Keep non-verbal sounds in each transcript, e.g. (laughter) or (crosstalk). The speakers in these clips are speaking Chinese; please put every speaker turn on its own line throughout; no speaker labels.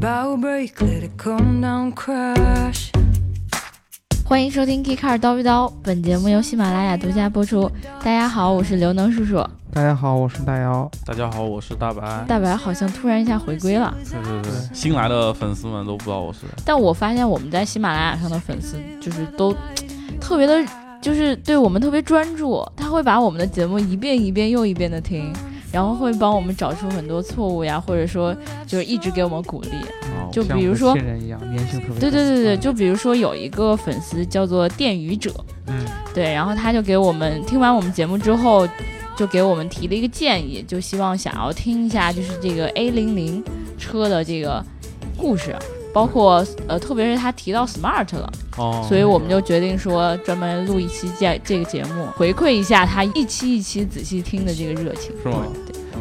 bow break, let it come down, crash.
欢迎收听《Kicker 刀逼刀》，本节目由喜马拉雅独家播出。大家好，我是刘能叔叔。
大家好，我是大姚。
大家好，我是大白。
大白好像突然一下回归了，
对对对，新来的粉丝们都不知道我是谁。
但我发现我们在喜马拉雅上的粉丝就是都特别的，就是对我们特别专注，他会把我们的节目一遍一遍又一遍的听，然后会帮我们找出很多错误呀，或者说就是一直给我们鼓励。
啊，
就
像
比如
我们
说
新人一样，粘性特别。
对对对对，就比如说有一个粉丝叫做电鱼者，
嗯，
对，然后他就给我们听完我们节目之后，就给我们提了一个建议，就希望想要听一下就是这个 A 零零车的这个故事，包括呃，特别是他提到 Smart 了，
哦，
所以我们就决定说专门录一期这这个节目，回馈一下他一期一期仔细听的这个热情。
是吗？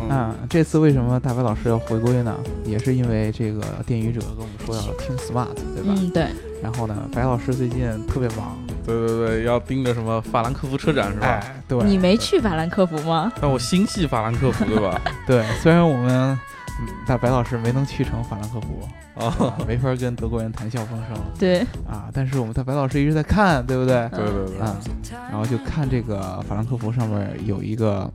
嗯，
啊，这次为什么大白老师要回归呢？也是因为这个电语者跟我们说要听 smart，对吧？
嗯，对，
然后呢，白老师最近特别忙，
对对对，要盯着什么法兰克福车展是吧？
哎，对，
你没去法兰克福吗？
但我心系法兰克福，对 (laughs) 吧？
对，虽然我们嗯大白老师没能去成法兰克福，
啊，
没法跟德国人谈笑风生
对，
啊，但是我们大白老师一直在看，对不
(laughs)
对？
对对对，
啊，然后就看这个法兰克福上面有一个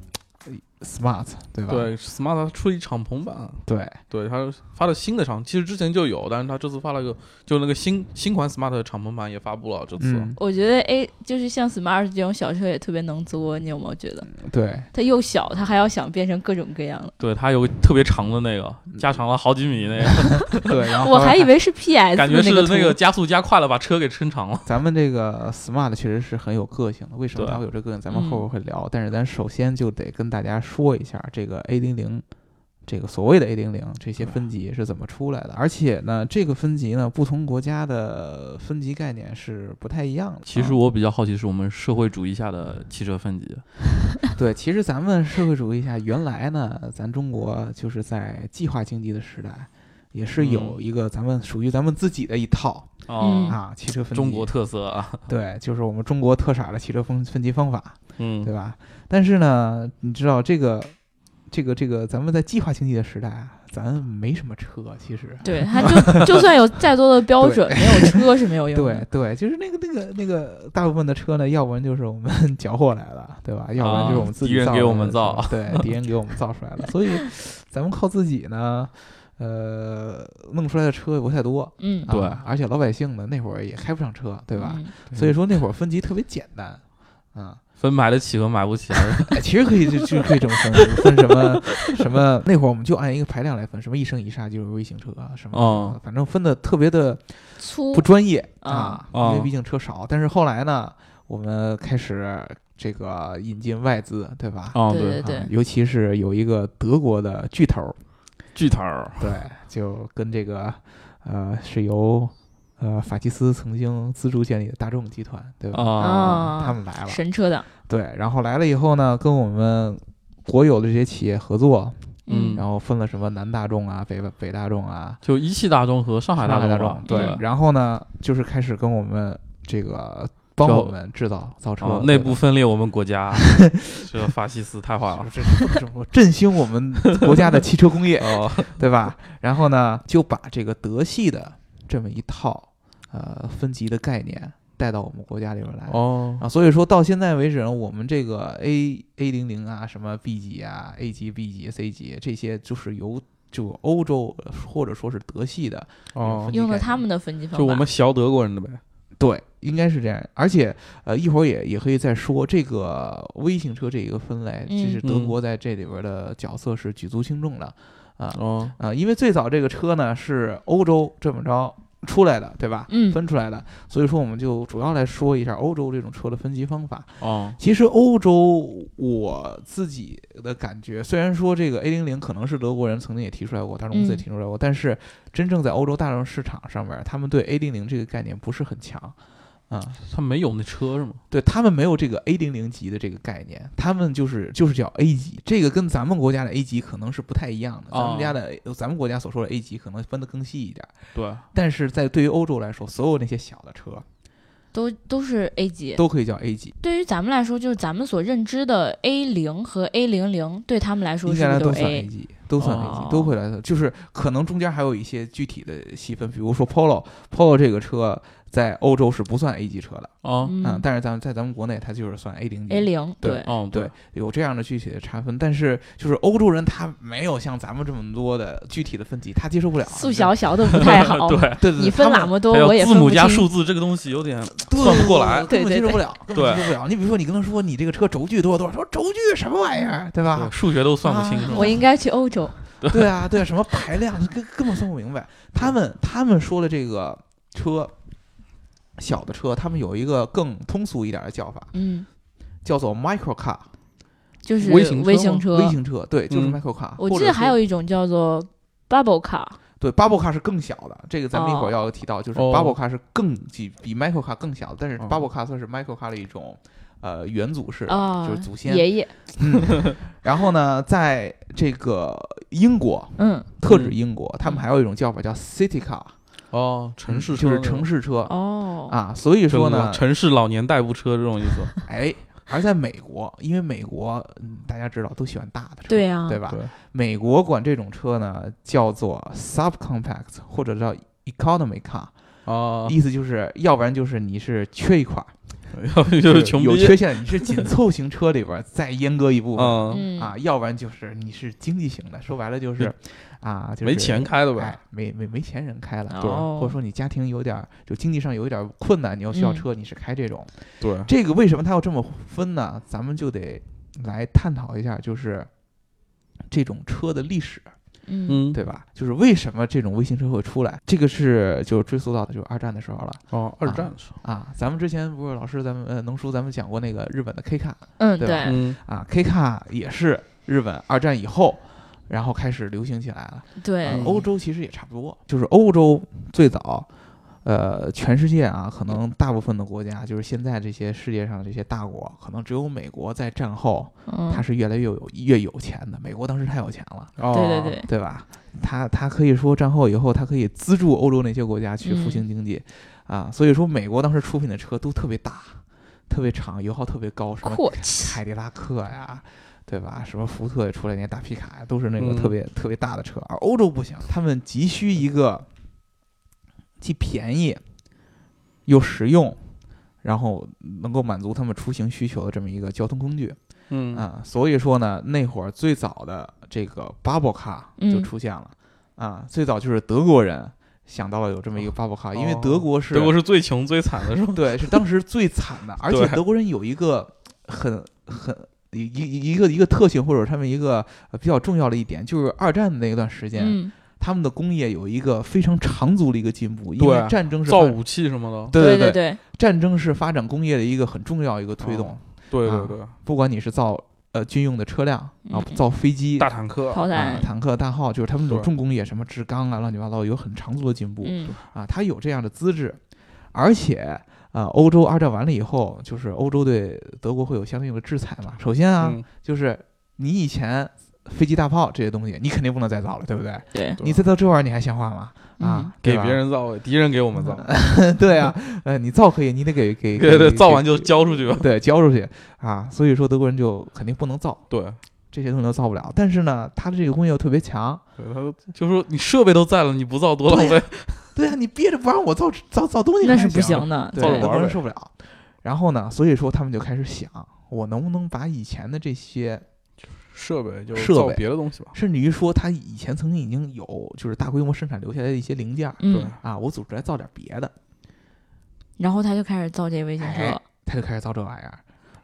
呃 smart，对吧？
对，Smart 出了一敞篷版，
对
对，它发了新的敞，其实之前就有，但是它这次发了个，就那个新新款 Smart 的敞篷版也发布了，这次。
嗯，
我觉得 A 就是像 Smart 这种小车也特别能作，你有没有觉得？
对，
它又小，它还要想变成各种各样的。
对，它有个特别长的那个，加长了好几米 (laughs) 那个，
对，然
(laughs)
后
我还以为是 PS，
感觉是
的那
那
个图
个 (laughs) 加速加快了，把车给撑长了。
咱们这个 smart 确实是很有个性的，为什么
对嗯
它会有这个个性？咱们后边会聊，但是咱首先就得跟大家说一下这个 A 零零，这个所谓的 A 零零这些分级是怎么出来的，而且呢，这个分级呢，不同国家的分级概念是不太一样的。
其实我比较好奇，是我们社会主义下的汽车分级，
啊对，其实咱们社会主义下，原来呢，咱中国就是在计划经济的时代。也是有
嗯
一个咱们属于咱们自己的一套、
哦
嗯
啊，汽车分级
中国特色啊，
对，就是我们中国特色的汽车分分级方法。
(laughs) 嗯
对吧？但是呢，你知道这个，这个，这个，咱们在计划经济的时代啊，咱没什么车，其实。
对，它就就算有再多的标准，没有车是没有用
对
的。
对，就是那个那个那个，大部分的车呢，要不然就是我们 (laughs) 缴获来的，对吧？要不然就是我们自己
啊敌人
造
给
出
我
来的
们造
车，对，敌人给我们造出来的。所以咱们靠自己呢，呃，弄出来的车也不太多。
嗯，
啊
对
而且老百姓呢，那会儿也开不上车，对吧？
嗯？
所以说那会儿分级特别简单，啊，
分买得起和买不起啊还是
哎，其实可以就就可以这么分，分什么什么？那会儿我们就按一个排量来分，什么一升以下就是微型车，啊什么、
哦
反正分的特别的
粗
不专业
啊
啊，
哦
因为毕竟车少。但是后来呢，我们开始这个引进外资，对吧？
哦
对对
啊，尤其是有一个德国的巨头儿，
巨头儿 (laughs)
对，就跟这个呃是由呃法西斯曾经资助建立的大众集团，对吧？
啊，
啊
他们来了，
神车党。
对，然后来了以后呢，跟我们国有的这些企业合作，
嗯
然后分了什么南大众啊、北北大众啊、
就一汽大众和上海
大
众啊
大
了嗯
众，对，然后呢，就是开始跟我们这个帮
就
我们制造造车、
啊
对
内
吧
部分裂我们国家，啊
(laughs)
这法西斯太坏了
这 (laughs) 是不能这么说振兴我们国家的汽车工业，
哦，
对吧？然后呢，就把这个德系的这么一套呃分级的概念带到我们国家里边来。
哦，
啊，所以说到现在为止呢，我们这个 A A 零零啊，什么 B 级啊、A 级、B 级、C 级，这些就是由就欧洲或者说是德系的
哦，
用了他们的分级方法，
就我们小德国人的呗，
对，应该是这样。而且呃，一会儿也也可以再说这个微型车这一个分类，
嗯
这是德
嗯
国在这里边的角色是举足轻重的啊
哦，
啊、因为最早这个车呢是欧洲这么着出来的，对吧？
嗯
分出来的，所以说我们就主要来说一下欧洲这种车的分级方法。
哦，
其实欧洲，我自己的感觉，虽然说这个 A 零零可能是德国人曾经也提出来过，大众公司也
嗯
提出来过，但是真正在欧洲大众市场上面，他们对 A 零零这个概念不是很强。啊、
他没有那车是吗？
对他们没有这个 A 零零级的这个概念，他们就是就是叫 A 级，这个跟咱们国家的 A 级可能是不太一样的。咱们家的、咱们国家所说的 A 级可能分得更细一点，
对，
但是在对于欧洲来说，所有那些小的车
都都是 A 级。
都可以叫 A 级，
对于咱们来说，就是咱们所认知的 A 零和 A 零零，对他们来说
应
是不是
该都
都
算
A？
A 级。都算 A 级，
哦
都会来的，就是可能中间还有一些具体的细分，比如说 Polo，Polo 这个车在欧洲是不算 A 级车的，
哦
嗯
嗯，
但是咱们在咱们国内它就是算 A 零级
，A 零对，
哦，
嗯对，有这样的具体的差分，但是就是欧洲人他没有像咱们这么多的具体的分级，他接受不了。
素
你知
小
道
小的不太好，
(laughs) 对，
对对，
你分那
哪
么多
还有，
我也
字
分
母
不
加
清。
数字这个东西有点
算
不过来
根
对
本
对
接受不了，根本
对
接受不了。你比如说，你跟他说你这个车轴距多少多少，说轴距什么玩意儿，对吧？
数学都算不清
啊
楚
我。应该去欧洲， (laughs)
对啊，对啊，什么排量，根根本算不明白。他
嗯
们他们说的这个车，小的车，他们有一个更通俗一点的叫法，
嗯，
叫做 micro car，
就是
微型车吗
微型车
微型车，对，就是
嗯
micro car、
我记得还有一种叫做 bubble car，
对 bubble car 是更小的，这个咱们一会儿
哦
要提到，就是
哦
bubble car 是更比比 micro car 更小的，但是
哦
bubble car 算是 micro car 的一种呃元祖式的，
啊，
就是祖先。
爷爷，
然后呢，在这个英国，
嗯，
特指英国，他们还有一种叫法叫 city car，
哦，城市
就是
车那
城
种
市车
哦，
啊。所以
这个
说呢，
城市老年代步车
(laughs)
这种意思。
哎，而在美国，因为美国嗯大家知道都喜欢大的车，
对
对
啊
吧？
嗯对
美国管这种车呢叫做 subcompact 或者叫 economy car，、
哦，
意思就是要不然就是你是缺一块儿。
要不 (laughs) 就是穷
有
逼。
缺陷，你是紧凑型车里边儿再阉割一部分、
嗯，
嗯
啊，要不然就是你是经济型的，说白了就是啊，就是
没钱开的呗
哎。，没没没钱人开了，
对
或者说你家庭有点儿就经济上有一点儿困难，你又
嗯
需要车，你是开这种。
对，
这个为什么它要这么分呢？咱们就得来探讨一下，就是这种车的历史，
嗯
嗯，
对吧？就是为什么这种微型车会出来？这个是就追溯到的，就是二战的时候了
哦，二战的时候。
啊。咱们之前不是老师咱们呃能叔咱们讲过那个日本的 K 卡。
嗯，
对
对
吧
嗯，
啊，K 卡也是日本二战以后，然后开始流行起来了。啊
对，
欧洲其实也差不多，就是欧洲最早，呃，全世界啊，可能大部分的国家，就是现在这些世界上这些大国，可能只有美国在战后
嗯
它，是越来越有越有钱的。美国当时太有钱了，
哦
对对，对，
对吧？它它可以说战后以后，它可以资助欧洲那些国家去复兴经济，啊，所以说美国当时出品的车都特别大，特别长，油耗特别高，什么
阔气，
凯迪拉克呀，对吧？什么福特也出来那些大皮卡呀，都是那种
嗯
特别、特别大的车。而欧洲不行，他们急需一个既便宜又实用，然后能够满足他们出行需求的这么一个交通工具
嗯
啊、所以说呢，那会儿最早的这个 bubble car
嗯
就出现了啊、最早就是德国人想到了有这么一个 bubble car，、因为
哦
德国是
德国是最穷最惨的时候。
对，是当时最惨的，而且
对
德国人有一个很很一一一个一个特性，或者他们一个呃比较重要的一点，就是二战的那段时间，
嗯，
他们的工业有一个非常长足的一个进步，因为
对
战争是
(laughs) 造
发
武器什么的。
对
对
对，
对，
战争是发展工业的一个很重要一个推动，
哦对对对，
不管你是造呃军用的车辆啊，
嗯
造飞机。
大坦克。
炮
啊
弹，，
坦克、大炮，就是他们这种
对
重工业，什么制钢啊，乱七八糟，有很长足的进步。
嗯
啊，它有这样的资质，而且呃，欧洲二战完了以后，就是欧洲对德国会有相应的制裁嘛。首先啊，
嗯，
就是你以前飞机、大炮这些东西，你肯定不能再造了，对不对？
对，嗯
对
你再造这玩意儿，你还像话吗？啊，对
给
吧
别人造，敌人给我们造。
(laughs) 对啊，呃，你造可以，你得给给
(laughs) 对对，造完
就
就交出去吧。
(laughs) 对交出去啊。所以说德国人就肯定不能造
对，
这些东西，都造不了。但是呢，它的这个工业又特别强，
对他都就说你设备都在了，你不造多浪费。
对啊，你憋着不让我造造造东西，
那是不行的，
对，
造着
德
对，
国
玩儿
人
呗
受不了。然后呢，所以说他们就开始想，我能不能把以前的这些，
设备就
设
造
备
别的东西吧。
甚至于说他以前曾经已经有就是大规模生产留下来的一些零件儿
嗯，
啊，我组织来造点别的，
然后他就开始造这微型车，
他就开始造这玩意儿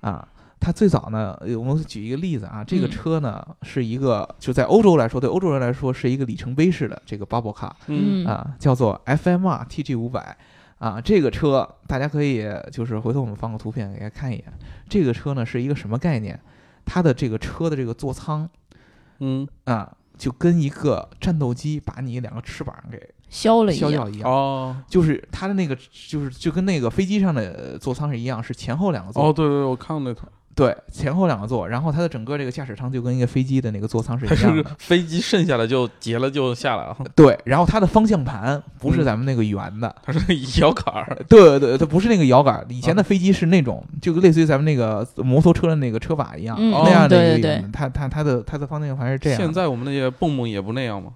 啊。他最早呢，呃我们举一个例子啊，这个
嗯
车呢、是一个就在欧洲来说，对欧洲人来说是一个里程碑式的这个 bubble car
嗯，
啊，叫做 FMR TG 五百啊，这个车大家可以就是回头我们放个图片给大家看一眼。这个车呢是一个什么概念？它的这个车的这个座舱
嗯，
啊，就跟一个战斗机把你两个翅膀给
削了一
削
样，
掉一样，
哦
就是它的那个就是就跟那个飞机上的座舱是一样，是前后两个座。
哦哦，对对，对我看过那图。
对，前后两个座，然后它的整个这个驾驶舱就跟一个飞机的那个座舱是
它
一
(laughs) 就是
样的。
飞机剩下的就结了就下来了， (laughs)
对，然后它的方向盘不是
嗯
咱们那个圆的，
它是摇杆儿，
对对对，它不是那个摇杆。以
嗯
前的飞机是那种，就类似于咱们那个摩托车的那个车把一样、
嗯
那样的
对
一个
对
圆的。它它它的它的方向盘是这样的。
现在我们那些蹦蹦也不那样嘛，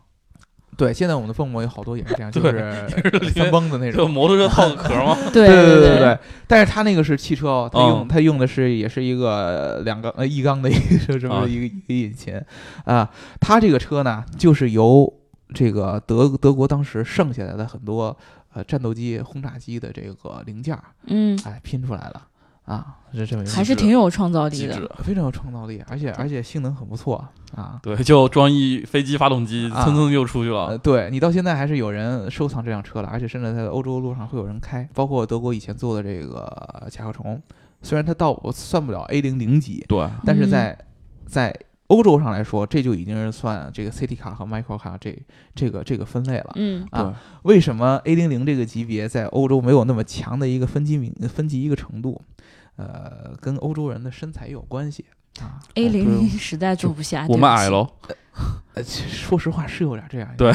对，现在我们的蹦蹦有好多也是
(laughs)
这样，就
对
是
里
三
面
蹦的那
就
种。
摩托车套个壳嘛，
对
对
对
对，但是它那个是汽车哦，它用、
嗯
它用的是也是一个两缸呃一缸的一个这
啊
么一个一个引擎啊，它这个车呢就是由这个德德国当时剩下来的很多呃战斗机轰炸机的这个零件儿
嗯，
哎拼出来了啊，是这么一个
还是挺有创造力
机
的。
智。
非常有创造力，而且而且性能很不错啊。
对，就装一飞机发动机，
啊
蹭蹭就出去了。
呃，对你到现在还是有人收藏这辆车了，而且甚至在欧洲路上会有人开，包括德国以前做的这个甲壳虫，虽然它到我算不了 A 零零级，
对，
嗯
但是在、在欧洲上来说，这就已经是算这个 City 卡和 Micro 卡这这个这个分类了。
嗯
啊为什么 A 零零这个级别在欧洲没有那么强的一个分级名分级一个程度？呃，跟欧洲人的身材有关系啊。
，A 哎零
不
零
是
实在坐不下，
我
对
们
不
矮
起，
喽，
呃，其实说实话是有点这样。
对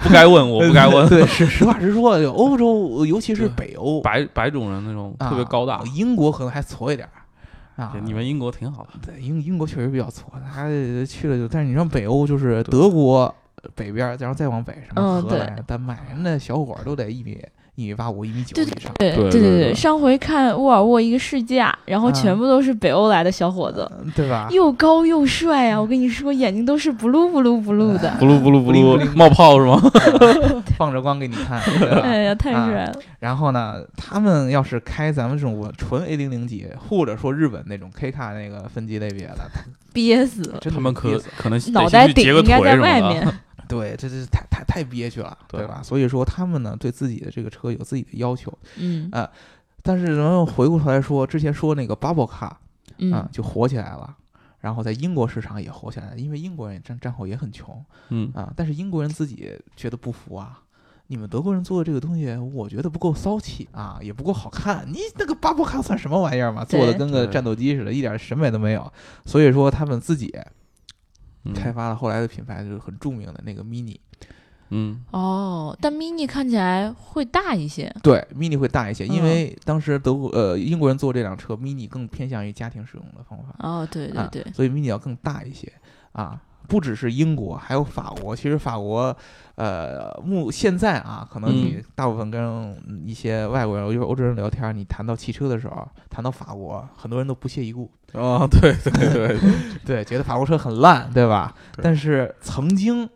不该问， (laughs) 我
(laughs)
不该问。
对，是实话实说，就欧洲，尤其是北欧，
白白种人那种嗯特别高大
啊，英国可能还矬一点儿啊
对。你们英国挺好的。
对英英国确实比较矬，他呃去了就，但是你像北欧就是
对
德国呃北边儿，然后再往北什么
嗯
荷兰、丹麦，人那小伙儿都得一米一米八五、一米九
对
以上。
对
对
对
对对
上回看沃尔沃一个试驾，然
啊
后全部都是北欧来的小伙子，
嗯对吧？
又高又帅啊！我跟你说，眼睛都是 blue blue blue 的，
不噜不噜不
灵不
噜
灵，
冒泡是吗？
放着光给你看，对吧？
哎呀，太
啊
帅了！
然后呢，他们要是开咱们这种纯 A 零零级，或者说日本那种 K 卡那个分级类别
(laughs)
的，
憋死了，
真的
他们
是
可
憋死
可能得
脑
先
袋
去截
顶
个
应该
腿
在
什么
外
的
面。
(laughs) 对，这这太太太憋屈了，
对
对吧？所以说他们呢，对自己的这个车有自己的要求。
嗯
但是然后回过头来说，之前说那个 bubble car 啊、
嗯
就火起来了，然后在英国市场也火起来了，因为英国人战战后也很穷 (laughs)
嗯，
啊，但是英国人自己觉得不服啊。你们德国人做的这个东西，我觉得不够骚气啊，也不够好看。你那个巴博卡算什么玩意儿嘛？做的
对
跟个
对
战斗机似的，一点审美都没有。所以说，他们自己
嗯
开发了后来的品牌，就是很著名的那个 Mini。
(laughs)
嗯，
哦，但 mini 看起来会大一些，
对，mini 会大一些，因
嗯
为当时德国呃英国人做这辆车，mini 更偏向于家庭使用的方法，
哦，对对
啊
对，
所以 mini 要更大一些啊。不只是英国，还有法国。其实法国，呃，目现在啊，可能你
嗯
大部分跟一些外国人，尤其是欧洲人聊天，你谈到汽车的时候，谈到法国，很多人都不屑一顾， (laughs)
啊，对对 (laughs) 对，
对，觉得法国车很烂，对吧？
对
但是曾经，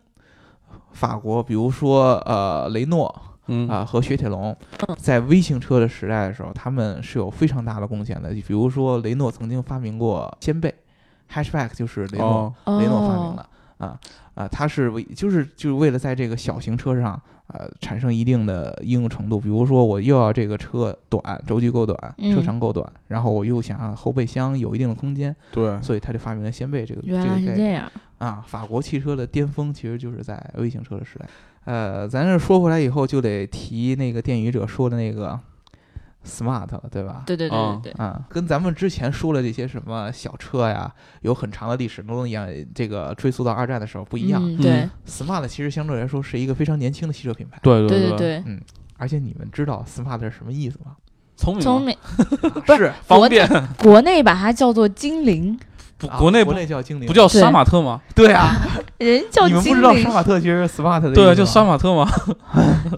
法国，比如说呃雷诺，
嗯
啊、和雪铁龙
嗯
在微型车的时代的时候，他们是有非常大的贡献的。比如说，雷诺曾经发明过掀背，hatchback 就是雷诺、
哦，
雷诺发明
哦，
的啊啊，它是为就是就是为了在这个小型车上呃产生一定的应用程度。比如说，我又要这个车短，轴距够短，车
嗯
长够短，然后我又想让后备箱有一定的空间，
对，
所以他就发明了掀背这个这个
原来是
概
这
念。
样，
啊，法国汽车的巅峰其实就是在微型车的时代。呃，咱这说回来以后，就得提那个电影者说的那个 smart 了，对吧？
对对对
啊
对对，
啊，跟咱们之前说的这些什么小车呀，有很长的历史，都能演这个追溯到二战的时候不一样。
嗯对
嗯
smart 其实相对来说是一个非常年轻的汽车品牌。
对
对
对，
对，
而且你们知道 smart 是什么意思吗？
聪明
聪
嘛
明，
啊是
方便，
国内把它叫做精灵，
不
啊
国内
国
不
内叫精灵，
不叫
对
杀马特吗？
对啊，
人叫
你们不
精
知道杀
灵，
马特其实是 smart 的意思
对啊，
吗
就杀马特吗？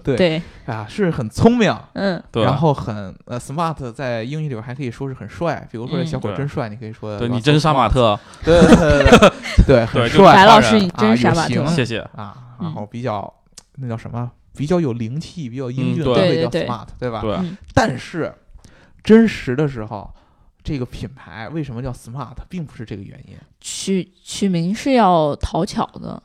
对，
啊，是很聪明，
嗯，
对啊吧，
然后很呃 smart，在英语里边还可以说是很帅，比如说这
嗯
小伙儿
对
真帅，你可以说
对
哇
你真杀马，特，
so smart 对对对对对，
(laughs)
很
对就
帅
白
白老
老
师
师
你
你
真
真
是
傻
傻
把
把特
特
嗯，
谢谢。
啊，
嗯
然后比较那叫什么，比较有灵气，比较英
嗯
俊，
对
所以
对对
叫
对嗯
smart，对吧？
对，
但是真实的时候，这个品牌为什么叫 smart，并不是这个原因
取取名是要讨巧的，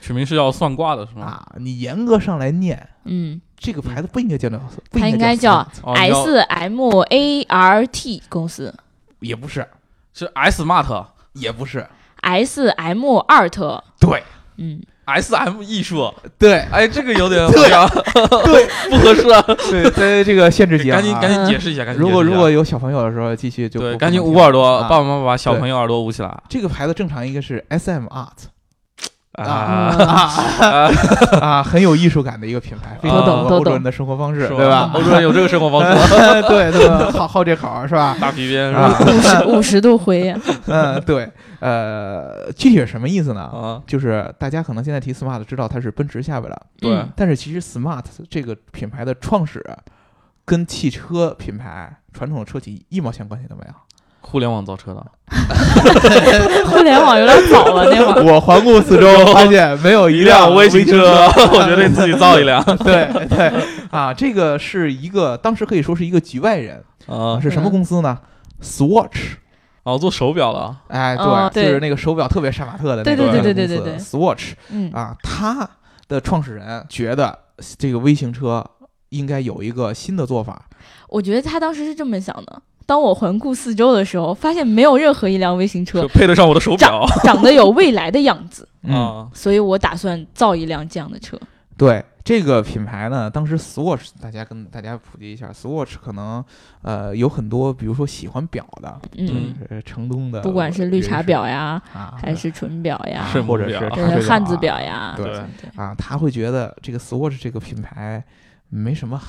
取名是要算卦的是吗？
啊。你严格上来念，
嗯
这个牌子不应该叫那，不
它应
应
该
叫
叫
smart，
哦你要
，S M A R T 公司
也不是，
是 S Mart，
也不是，
，S M 二特，
对
嗯，
S M 艺术，
对
哎，这个有点好像
对
(laughs) 不合适啊，
对，在这个限制级啊，
赶紧赶紧解释一下，赶紧
如果
解释一
如
下
果有小朋友的时候，继续就
对，
不
赶紧
不能
捂
听
耳朵，
啊
爸爸妈妈把小朋友耳朵捂起来
这个牌子正常应该是 S M Art
啊
嗯
啊，
啊，很有艺术感的一个品牌，非常
都懂
符合
都
欧洲
懂
人的生活方式，
是
对吧？
欧洲人有这个生
(laughs)
活方式，
对对对， (laughs) 好好这口儿是
(laughs)
吧？
大皮鞭是吧？
啊， (laughs)
五十五十度灰啊呀，
嗯，对，呃，具体是什么意思呢？
啊，
就是大家可能现在提 smart 知道它是奔驰下边了，
对
嗯
但是其实 smart 这个品牌的创始跟汽车品牌传统的车企一毛钱关系都没有。
互联网造车的，
(laughs) 互联网有点早了那会儿。
我环顾
(laughs)
四周，发现没有一辆微型
车，我觉得你自己造一辆
(laughs)
对对啊，这个是一个当时可以说是一个局外人啊，
嗯
(laughs)
啊，
是什么公司呢？Swatch，
哦，做手表了，
哎，
哦
对，
对
就是那个手表特别杀马特的那
对
个
对
公司
对对对对对
，Swatch
嗯，
啊，他的创始人觉得这个微型车应该有一个新的做法，
我觉得他当时是这么想的：当我环顾四周的时候，发现没有任何一辆微型车
就配得上我的手表
长得有未来的样子，
啊。
啊，
所以我打算造一辆这样的车。
对这个品牌呢，当时 Swatch 大家跟大家普及一下，Swatch 可能呃有很多，比如说喜欢表的，
嗯，
呃，城东的，
不管是绿茶表呀，
啊，
还是纯表呀，
是
或者
水母
是
表
对
咖啡
汉字
啊
表呀，
对
对对
啊，他会觉得这个 Swatch 这个品牌没什么含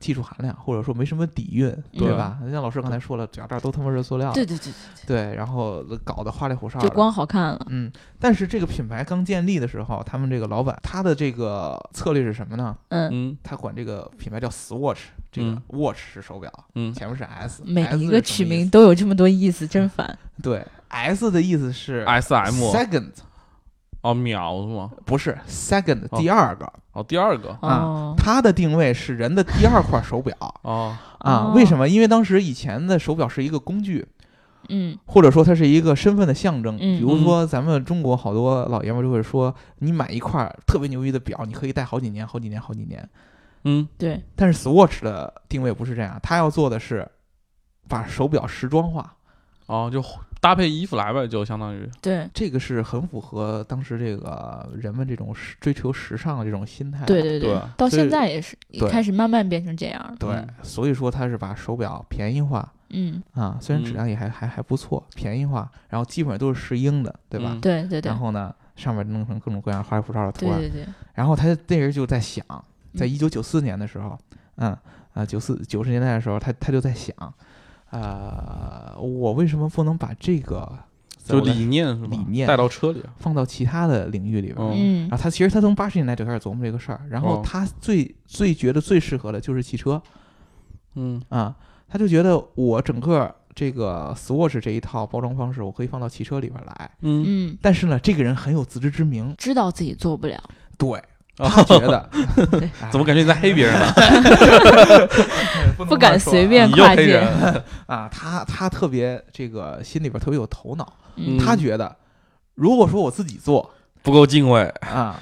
技术含量，或者说没什么底蕴，对
对
吧？像老师刚才说了，脚这儿都他妈是塑料的，
嗯对对对
对然后搞得花里胡哨
对，
的，
就光好看了。
嗯。但是这个品牌刚建立的时候，他们这个老板他的这个策略是什么呢？
嗯，
嗯
他管这个品牌叫 Swatch，这个
嗯
Watch 是手表，
嗯
前面是 S，
每
S
一
是
个
什么
取
意思嗯
名都有这么多意思，真烦。
对 S 的意思是
，S M
second，
哦，秒是吗？
不是 second
哦
第二个，
哦，第二个
啊
哦，
它的定位是人的第二块手表。
哦，
啊，
哦
为什么？因为当时以前的手表是一个工具，
嗯，
或者说它是一个身份的象征。
嗯
比如说咱们中国好多老爷们儿就会说，你买一块特别牛逼的表，你可以戴好几年、好几年、好几年。
嗯，
对，
但是 Swatch 的定位不是这样，它要做的是把手表时装化。
哦，就搭配衣服来呗，就相当于，
对，
这个是很符合当时这个人们这种时追求时尚的这种心态。
对对
对
到
啊所以
现在也是
对
开始慢慢变成这样了。
对
嗯，
所以说它是把手表便宜化
嗯，
啊，虽然质
嗯
量也还还还不错，便宜化，然后基本上都是石英的，对吧？
嗯
对对对
然，后呢，上面弄成各种各样花里胡哨的图
对
案。
对对，
然后他那人就在想，在
嗯
一九九四年的时候，嗯啊，九四九十年代的时候，他他就在想，啊、我为什么不能把这个
就
我的
理念是吧？
理念
带到车里，啊
放到其他的领域里边？
嗯
嗯
然，后他其实他从八十年代就开始琢磨这个事儿，然后
哦
他最、最觉得最适合的就是汽车
嗯
啊，他就觉得我整个这个 Swatch 这一套包装方式，我可以放到汽车里边来。
嗯，
嗯，
但是呢，这个人很有自知之明，
知道自己做不了， (laughs)
对
啊
他觉得
对
哎
怎么感觉你在黑别人 (laughs) 呢？
不能
不
乱
敢
说
随
啊
便
你又
跨
黑
界。
人，
啊，他他特别这个心里边特别有头脑，
嗯
他觉得如果说我自
(laughs)
己做
不够敬畏，
啊，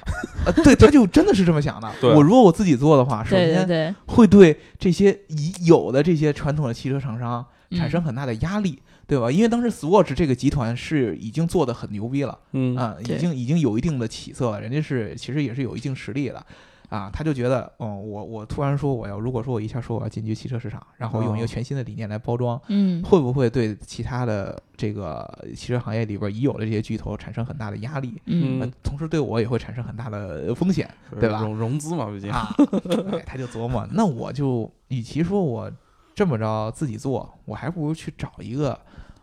呃，对，他就真的是这么想的。
对
我如果我自己做的话，首
对对
先
对，
会对这些已有的这些传统的汽车厂商产生
嗯
很大的压力。对吧？因为当时 Swatch 这个集团是已经做的很牛逼了
嗯
啊，已
对
经已经有一定的起色了，人家是其实也是有一定实力的啊。他就觉得，嗯，我我突然说我要，如果说我一下说我要进军汽车市场，然后用一个
哦
全新的理念来包装，
嗯
会不会对其他的这个汽车行业里边已有的这些巨头产生很大的压力？
嗯
嗯
呃，同时对我也会产生很大的风险对吧
融融资嘛，毕竟，
啊！对，他就琢磨，那我就与其说我这么着自己做，我还不如去找一个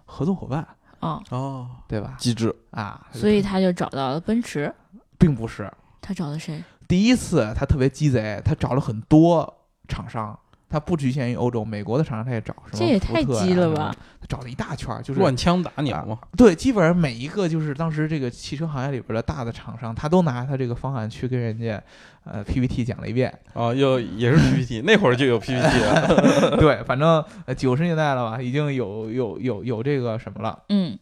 合作伙伴，
哦，
哦，
对吧？
机智，
啊，
所以他就找到了奔驰，
并不是
他找的谁？
第一次，他特别鸡贼，他找了很多厂商。他不局限于欧洲，美国的厂商他也找，什么
这也
福
太
特
鸡
呀
了
什么
吧
的！他找了一大圈儿，就是
乱枪打鸟嘛，
对，基本上每一个就是当时这个汽车行业里边的大的厂商，他都拿他这个方案去跟人家，呃，PPT 讲了一遍。
啊，又也是 PPT，那会儿就有 PPT 了，
对，反正呃九十年代了吧，已经有有有有这个什么了。
嗯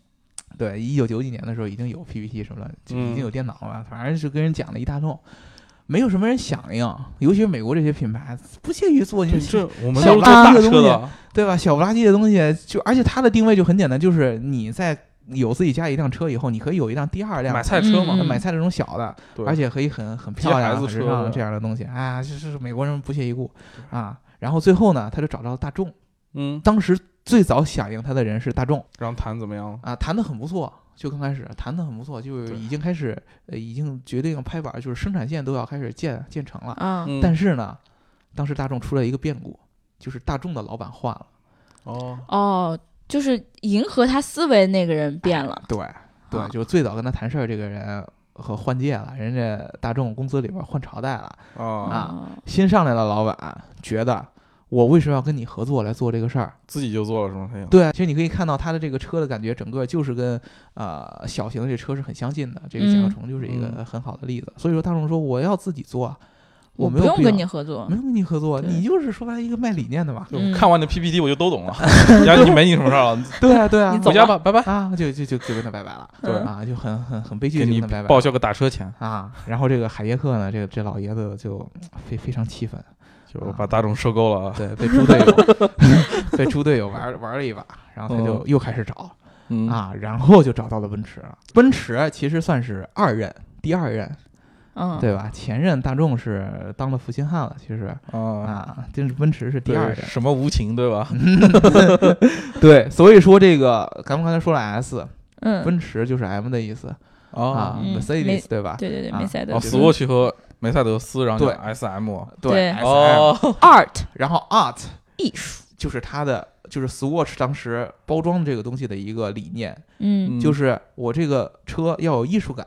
对，一九九几年的时候已经有 PPT 什么了，就已
嗯
经有电脑了，反正就跟人讲了一大通，没有什么人响应，尤其是美国这些品牌不屑于做这些
这我们
小
都是做
巴
大
这个东
车
西
的，
对吧？小不拉几的东西，就而且它的定位就很简单，就是你在有自己家一辆车以后，你可以有一辆第二辆呃
买菜车嘛，
嗯
买菜这种小的，
对，
而且可以很很
接
漂
孩
亮、啊
子
很时
车
尚
的
这样的东西啊，这是美国人不屑一顾啊。然后最后呢，他就找到大众，
嗯，
当时最早响应他的人是大众
然后谈怎么样？
啊，谈的很不错，就刚开始谈的很不错，就
对
已经开始呃已经决定拍板，就是生产线都要开始建建成了。
嗯，
嗯，
但是呢，当时大众出了一个变故，就是大众的老板换了，
哦，
哦，就是迎合他思维那个人变了，
对对
啊，
就是最早跟他谈事儿这个人和换届了，人家大众公司里边换朝代了，
啊，
啊
哦
新上来的老板觉得。我为什么要跟你合作来做这个事儿？
自己就做了是吗？哎他想
对，其实你可以看到他的这个车的感觉，整个就是跟呃小型的这车是很相近的。这个甲壳
嗯
虫就是一个
嗯
很好的例子。所以说，大众说我要自己做，啊
我
没
不
有
用
必要嗯
跟你合作
没，有跟你合作，
对
你就是说白了一个卖理念的嘛。
就
嗯
看完那 PPT 我就都懂了，然后你没你什么事儿了，
对啊，对啊，
你走嗯
回家吧，拜拜。
啊，就就就就跟他拜拜了，
对
啊，就很很很悲剧，
给
就
你
跟他拜拜
报
了
销个打车钱，
啊。然后这个海耶克呢，这个这老爷子就非非常气 (laughs) 愤，
就把大众收购了啊。
对，被猪队友被猪队友玩 (laughs) 玩了一把，然后他就又开始找，
嗯，
啊，然后就找到了奔驰了。奔驰其实算是二任，第二任，
嗯，
对吧？前任大众是当了负心汉了，其实
啊，
啊，这是奔驰是第
对
二任。
什么无情对吧？
对，所以说这个咱们刚才说了 S，
嗯，
奔驰就是 M 的意思啊
嗯没
，Mercedes 对吧？
对对对，
啊
梅赛
哦
德斯
，Swatch 和梅赛德斯，然后
对
S M，
对
S M，
哦，
art
然后 Art
艺术，
就是它的。就是 Swatch 当时包装这个东西的一个理念，
嗯
就是我这个车要有艺术感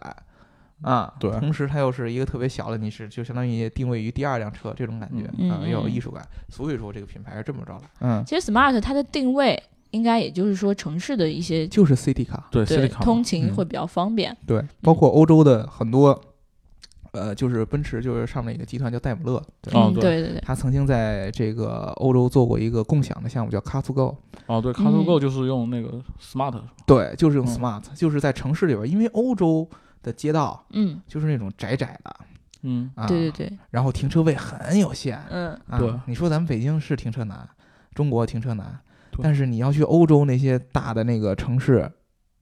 啊，
对
同时它又是一个特别小的，你是就相当于定位于第二辆车这种感觉
嗯
啊，
嗯
要有
嗯
艺术感，所以说这个品牌是这么着来，
嗯，
其实 smart 它的定位应该也就是说城市的一些
就是 City 卡，
对
对
Silicon
通勤
嗯
会比较方便，
对，包括欧洲的很多，呃，就是奔驰就是上面一个集团叫戴姆勒，对
哦
嗯，
对
对对对，
他曾经在这个欧洲做过一个共享的项目，叫 Car to Go。
哦，对
嗯
c a r Go 就是用那个 Smart，
对，就是用
嗯
Smart，、就是在城市里边，因为欧洲的街道
嗯，
就是那种窄窄的
嗯，
啊，
对对对，
然后停车位很有限。
嗯，
啊、
对
你说咱们北京是停车难，中国停车难，
对
但是你要去欧洲那些大的那个城市，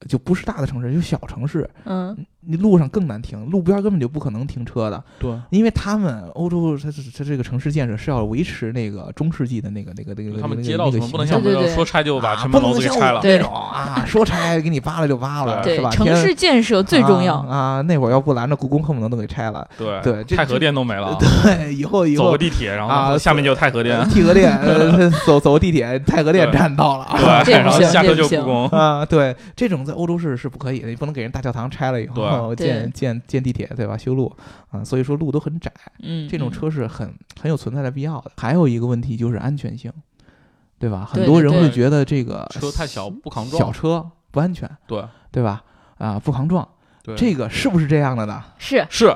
就不是大的城市，就小城市，
嗯，
你路上更难停，路边根本就不可能停车的。
对，
因为他们欧洲，它是它这个城市建设是要维持那个中世纪的那个那个那个，
他们
那个
街道
那
怎
个
么不能
形象
像我
对对
们这
对
样说拆就把
啊
城门
不能
楼子给
像
拆
我
了？
这种啊，说拆给你扒了就扒了，
对
是吧？，
城
天
市建设最重要，
啊啊那会儿要不拦着故宫，恨不得都给拆了。
对
对这
太和殿都没了，
对，哎以后以
走
后
个地铁，然
啊
后下面就太和殿，
呃太和殿， (laughs) 呃走走地铁，太和殿
对
站到了
对，
啊。
这不
然后
行
下
这
车
不
就
行
故宫，
(laughs) 啊，对，这种在欧洲是是不可以的，你不能给人大教堂拆了以后
对
建建建地铁，对吧？修路啊，所以说路都很窄。
嗯，
这种
嗯
车是很很有存在的必要的。还有一个问题就是安全性，对吧？很
对
多
对
人会
对
觉得这个
车太小不扛
小
撞，
车不安全，
对
对吧？啊、不扛撞，
对，
这个是不是这样的呢？
是，
是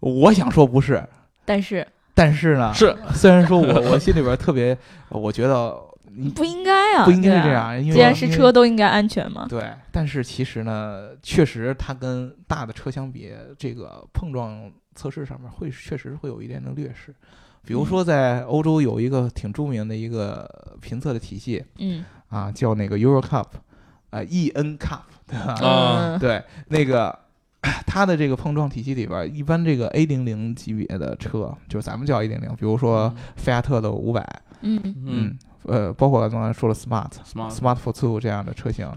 我想说不是，
但是
但是呢，
是
虽然说我我心里边特别，我觉得你
不应该啊，
不应该
对
是这
啊。
样，因为
既然是。
因为
车，都应该安全嘛。
对，但是其实呢，确实它跟大的车相比，这个碰撞测试上面会确实会有一定的劣势。比如
嗯
说，在欧洲有一个挺著名的一个评测的体系
嗯，
啊，叫那个 Euro Cup，啊、e n Cup，对 (laughs) 吧？
啊
嗯，
对，那个 (coughs) 它的这个碰撞体系里边儿，一般这个 A 零零级别的车，就是咱们叫 A 零零，比如说菲亚特的五百，
嗯
嗯，
呃，包括刚才说了 Smart、
，smart
Smart for Two 这样的车型，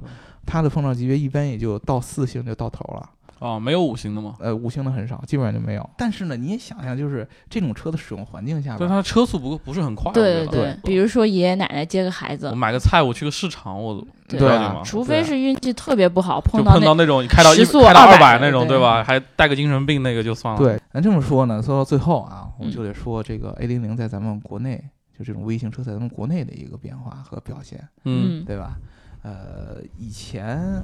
它的碰撞级别一般也就到四星就到头了，
啊，没有五行的吗？
呃，五星的很少，基本上就没有。但是呢，你也想想，就是这种车的使用环境下
但
边
它
儿，
的车速不不是很快，
对对
我觉得
对，比如说爷爷奶奶接个孩
我
子，
买个菜，我去个市场，我
对
对
了解
啊
吗，
除
对
非
啊
是运气特别不好，碰
就
到
碰
那
到那种开到一
时速
开到二
200
那种，
对
对吧？还带个精神病那个就算了。
对，咱这么说呢，说到最后啊，我
嗯
们就得说这个 A 零零在咱们国内，就这种微型车在咱们国内的一个变化和表现。
嗯，
嗯
对吧？呃，以前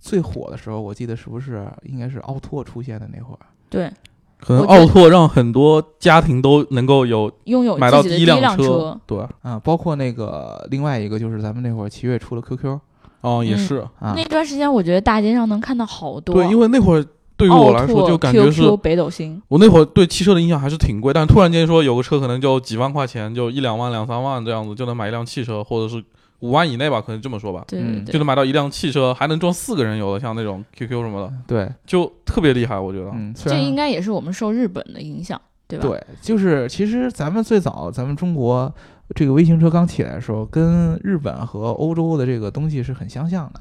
最火的时候，我记得是不是应该是奥拓出现的那会儿？
对
可能
我觉得
奥拓让很多家庭都能够有
拥有
买到
自己的
一
辆
车，，对，
啊、包括那个另外一个就是咱们那会儿七月出了 QQ
哦，也
嗯
是，
啊
那，段时间我觉得大街上能看到好多
对，因为那会儿对于我来说就感觉是
QQ 北斗星，
我那会儿对汽车的印象还是挺贵，但突然间说有个车可能就几万块钱，就一两万、两三万这样子就能买一辆汽车，或者是五万以内吧，可能这么说吧，
对对
嗯
对，
就能买到一辆汽车，还能装四个人油的，像那种 QQ 什么的，
对，
就特别厉害，我觉得。
嗯，虽
这
然
应该也是我们受日本的影响，对吧？
对，就是其实咱们最早咱们中国这个微型车刚起来的时候，跟日本和欧洲的这个东西是很相像的。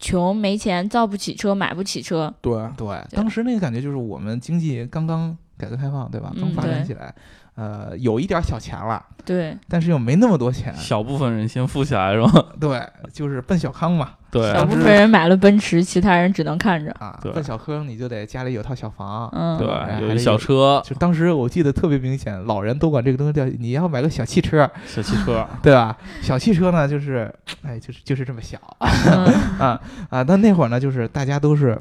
穷没钱，造不起车，买不起车，
对，
对，当时那个感觉就是我们经济刚刚改革开放，对吧？刚
嗯
发展
对
起来，呃，有一点小钱了，
对，
但是又没那么多钱。
小部分人先富起来是 (laughs) 吧？
对，就是奔小康嘛，
对
小部分人买了奔驰，其他人只能看着。
啊，
对
奔小康你就得家里有套小房。
嗯，
哎还
对，有
有
一小车，
就当时我记得特别明显，老人都管这个东西叫你要买个小汽车，
小汽车，
对吧？小汽车呢，就是，哎，就是就是这么小
嗯
啊啊！但那会儿呢，就是大家都是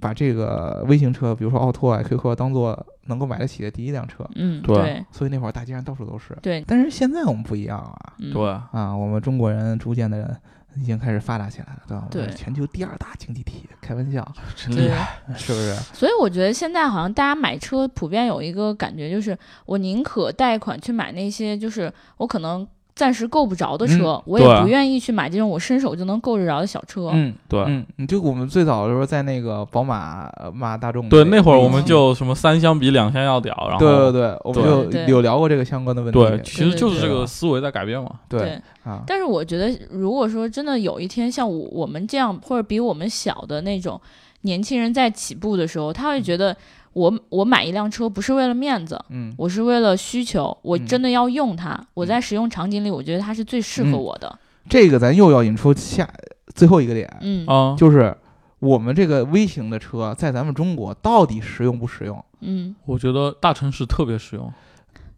把这个微型车，比如说奥拓啊、QQ 啊当做能够买得起的第一辆车，
嗯，
(laughs) 对
对
所以那会儿大街上到处都是。
对，
但是现在我们不一样啊
嗯
(laughs) 对，
啊！我们中国人逐渐的已经开始发达起来了，对吧？我们
对
是全球第二大经济体，开玩笑，
真
对
厉害，
是不是？
所以我觉得现在好像大家买车普遍有一个感觉，就是我宁可贷款去买那些就是我可能暂时够不着的车，我
对
也不愿意去买这种我伸手就能够得着的小车。
啊嗯，
对
嗯，你就我们最早的时候在那个宝马、呃骂大众的
对，
个
那会儿我
期
们就什么三箱比两箱要屌，然后
对对对，我
对
们
对
就有聊过这个相关的问题。
对，其实就是
对
这
对
个思维在改变嘛。
对
对
啊，
但是我觉得，如果说真的有一天像我我们这样，或者比我们小的那种年轻人在起步的时候，他会觉得我我买一辆车不是为了面子，
嗯，
我是为了需求，我
嗯
真的要用它，我在使用场景里，我觉得它是最适合
嗯
我的。
这个咱又要引出下最后一个点，
嗯
啊，
就是我们这个微型的车在咱们中国到底实用不实用？
嗯。
我觉得大城市特别实用。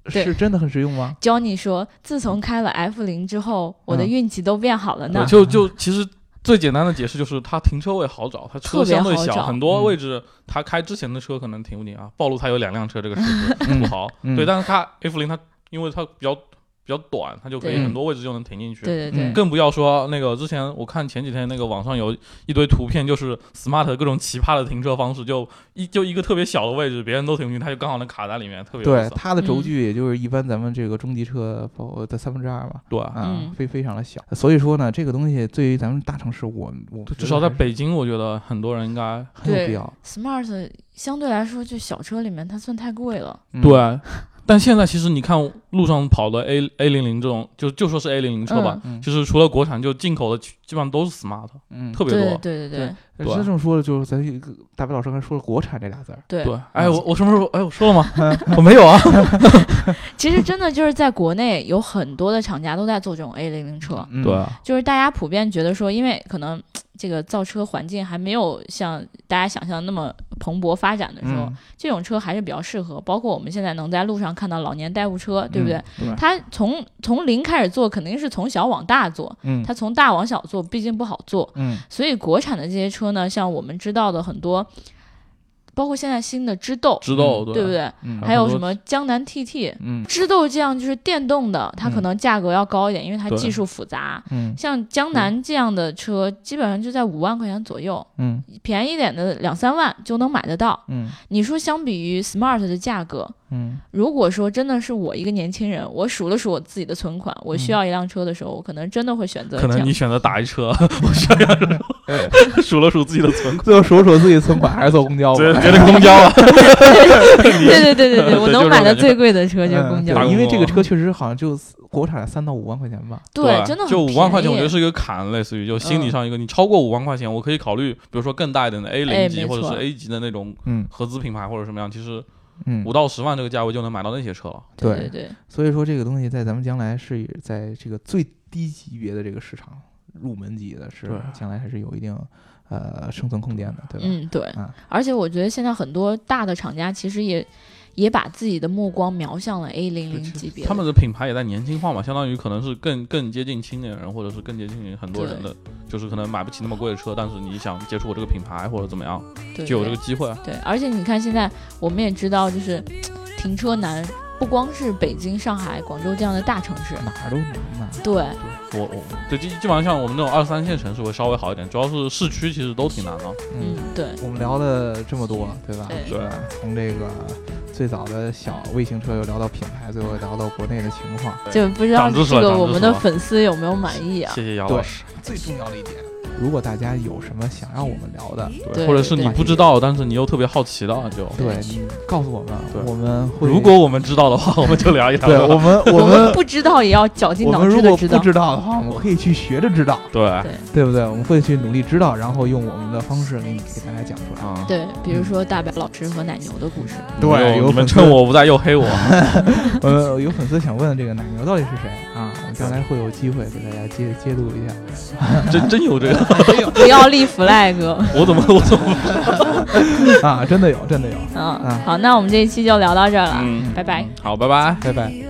对
是真的很实用吗？
Johnny 说：“自从开了 F 零之后，我的
嗯
运气都变好了呢
对，。就就其实最简单的解释就是它停车位好找，它
特
车
别
相对
好
小，
找
很多位置它开之前的车可能停不进啊。暴露它有两辆车，这个事故
嗯
土豪，
嗯
对，但是它 F 零它因为它比较比较短，它就可以
对
很多位置就能停进去。
对对对
嗯，
更不要说那个之前我看前几天那个网上有一堆图片，就是 smart 各种奇葩的停车方式，就一就一个特别小的位置，别人都停不进，它就刚好能卡在里面，特别有意
嗯对，
思
它的轴距也就是一般咱们这个中级车包括的三分之二吧，
对，
啊
嗯，
非非常的小。所以说呢，这个东西对于咱们大城市，我我
至少
觉
在
得还是
北京，我觉得很多人应该
很有
对
必要。
Smart 相对来说，就小车里面它算太贵了。
嗯，
对，啊但现在其实你看路上跑的 A A 零零这种，就就说是 A 零零车吧，
嗯
就是除了国产，就进口的基基本上都是 smart，
嗯，
特别啊
对
多。
对对对
是
对
这么说的，就是咱一个大白老师刚才说了“国产”这俩
(laughs)
字儿，
对
对，哎，我我什么时候哎我说了吗？我没有啊。
其实真的就是在国内有很多的厂家都在做这种 A 零零车，
嗯
(laughs) 对，啊
就是大家普遍觉得说，因为可能这个造车环境还没有像大家想象那么蓬勃发展的时候，
嗯
这种车还是比较适合。包括我们现在能在路上看到老年代步车，对不对？
对
它从从零开始做，肯定是从小往大做。
嗯
它从大往小做，毕竟不好做，
嗯
所以国产的这些车呢，像我们知道的很多，包括现在新的知豆，
知道
对不
对？啊
对？
嗯，
还有什
很多
么江南 TT，
嗯
知豆这样就是电动的，它可
嗯
能价格要高一点，因为它
对
技术复杂。
嗯
像江南这样的车，基本上就在五万块钱左右，
嗯
便宜一点的两三万就能买得到。
嗯
你说相比于 Smart 的价格，
嗯
如果说真的是我一个年轻人，我数了数我自己的存款，我需
嗯
要一辆车的时候，我可能真的会选择
可
这
能
样
你。选择打
(laughs)
一车，我想想 (laughs) 数了数自己的 (laughs) 存款，
最后数数自己存款，还是坐公交吧。
觉得觉得公交啊，
(laughs) 对对对对
(laughs)
对，我
对就
能
是
买的
我感觉
最贵的车就是公
嗯
交
打
对，
工
因为这个
哦
车确实好像就国产三到五万块钱吧。
对，真的很
就五万块钱，我
便
觉
宜
得是一个坎，类似于就心理
嗯
上一个，你超过五万块钱，我可以考虑，比如说更大一点的 A
哎
零级
没
或者
错
是 A 级的那种
嗯
合资品牌或者什么样，其实
嗯
五，到十万这个价位就能买到那些车了。
对
对
对，
所以说这个东西在咱们将来是在这个最低级别的这个市场入门级的是
对
将来还是有一定呃生存空间的，对吧？
嗯对
啊，
而且我觉得现在很多大的厂家其实也也把自己的目光瞄向了 A 零零嗯级别的，
他们的品牌也在年轻化嘛，相当于可能是更更接近青年人，或者是更接近很多人的，就是可能买不起那么贵的车，但是你想接触我这个品牌或者怎么样，
对
就有这
对
个机会。
对，而且你看现在我们也知道，就是停车难，不光是北京、上海、广州这样的大城市，
哪儿都能嘛。
对
我我对基基本上像我们这种二三线城市会稍微好一点，主要是市区其实都挺难的。
嗯，对
我们聊了这么多，对吧？
对
吧？从这个。最早的小卫星车，又聊到品牌，最后聊到国内的情况。
就不知道
长知识
这
了
个
长知
我们
识
的
了
粉丝有没有满意啊？
谢谢姚
对
老师。
最重要的一点，如果大家有什么想让我们聊的，
对
或者是你
对
不知道，但是你又特别好奇的，就
对，你告诉我们
对，
我们会。
如果我们知道的话，我们就聊一聊。
(laughs) 对我们我
我
们
不知道也要绞尽
我
脑
们
汁
如
的
果
知
不
道。
知道的话，我们可以去学着知道，
对
对不对？我们会去努力知道，然后用我们的方式给你给大家讲出来。
啊，
对，比如说大白老师和奶牛的故事，
对
你
有
们你们
粉丝
趁我不在又黑我，
(laughs) 呃，有粉丝想问这个奶牛到底是谁啊？我们将来会有机会给大家揭揭露一下。 (laughs)
真真有这个，
不要立 flag
我怎么我怎么，
(laughs) 啊，真的有，真的有。
嗯。好，那我们这一期就聊到这儿了，
嗯
拜拜。
好，拜拜。
拜拜。
you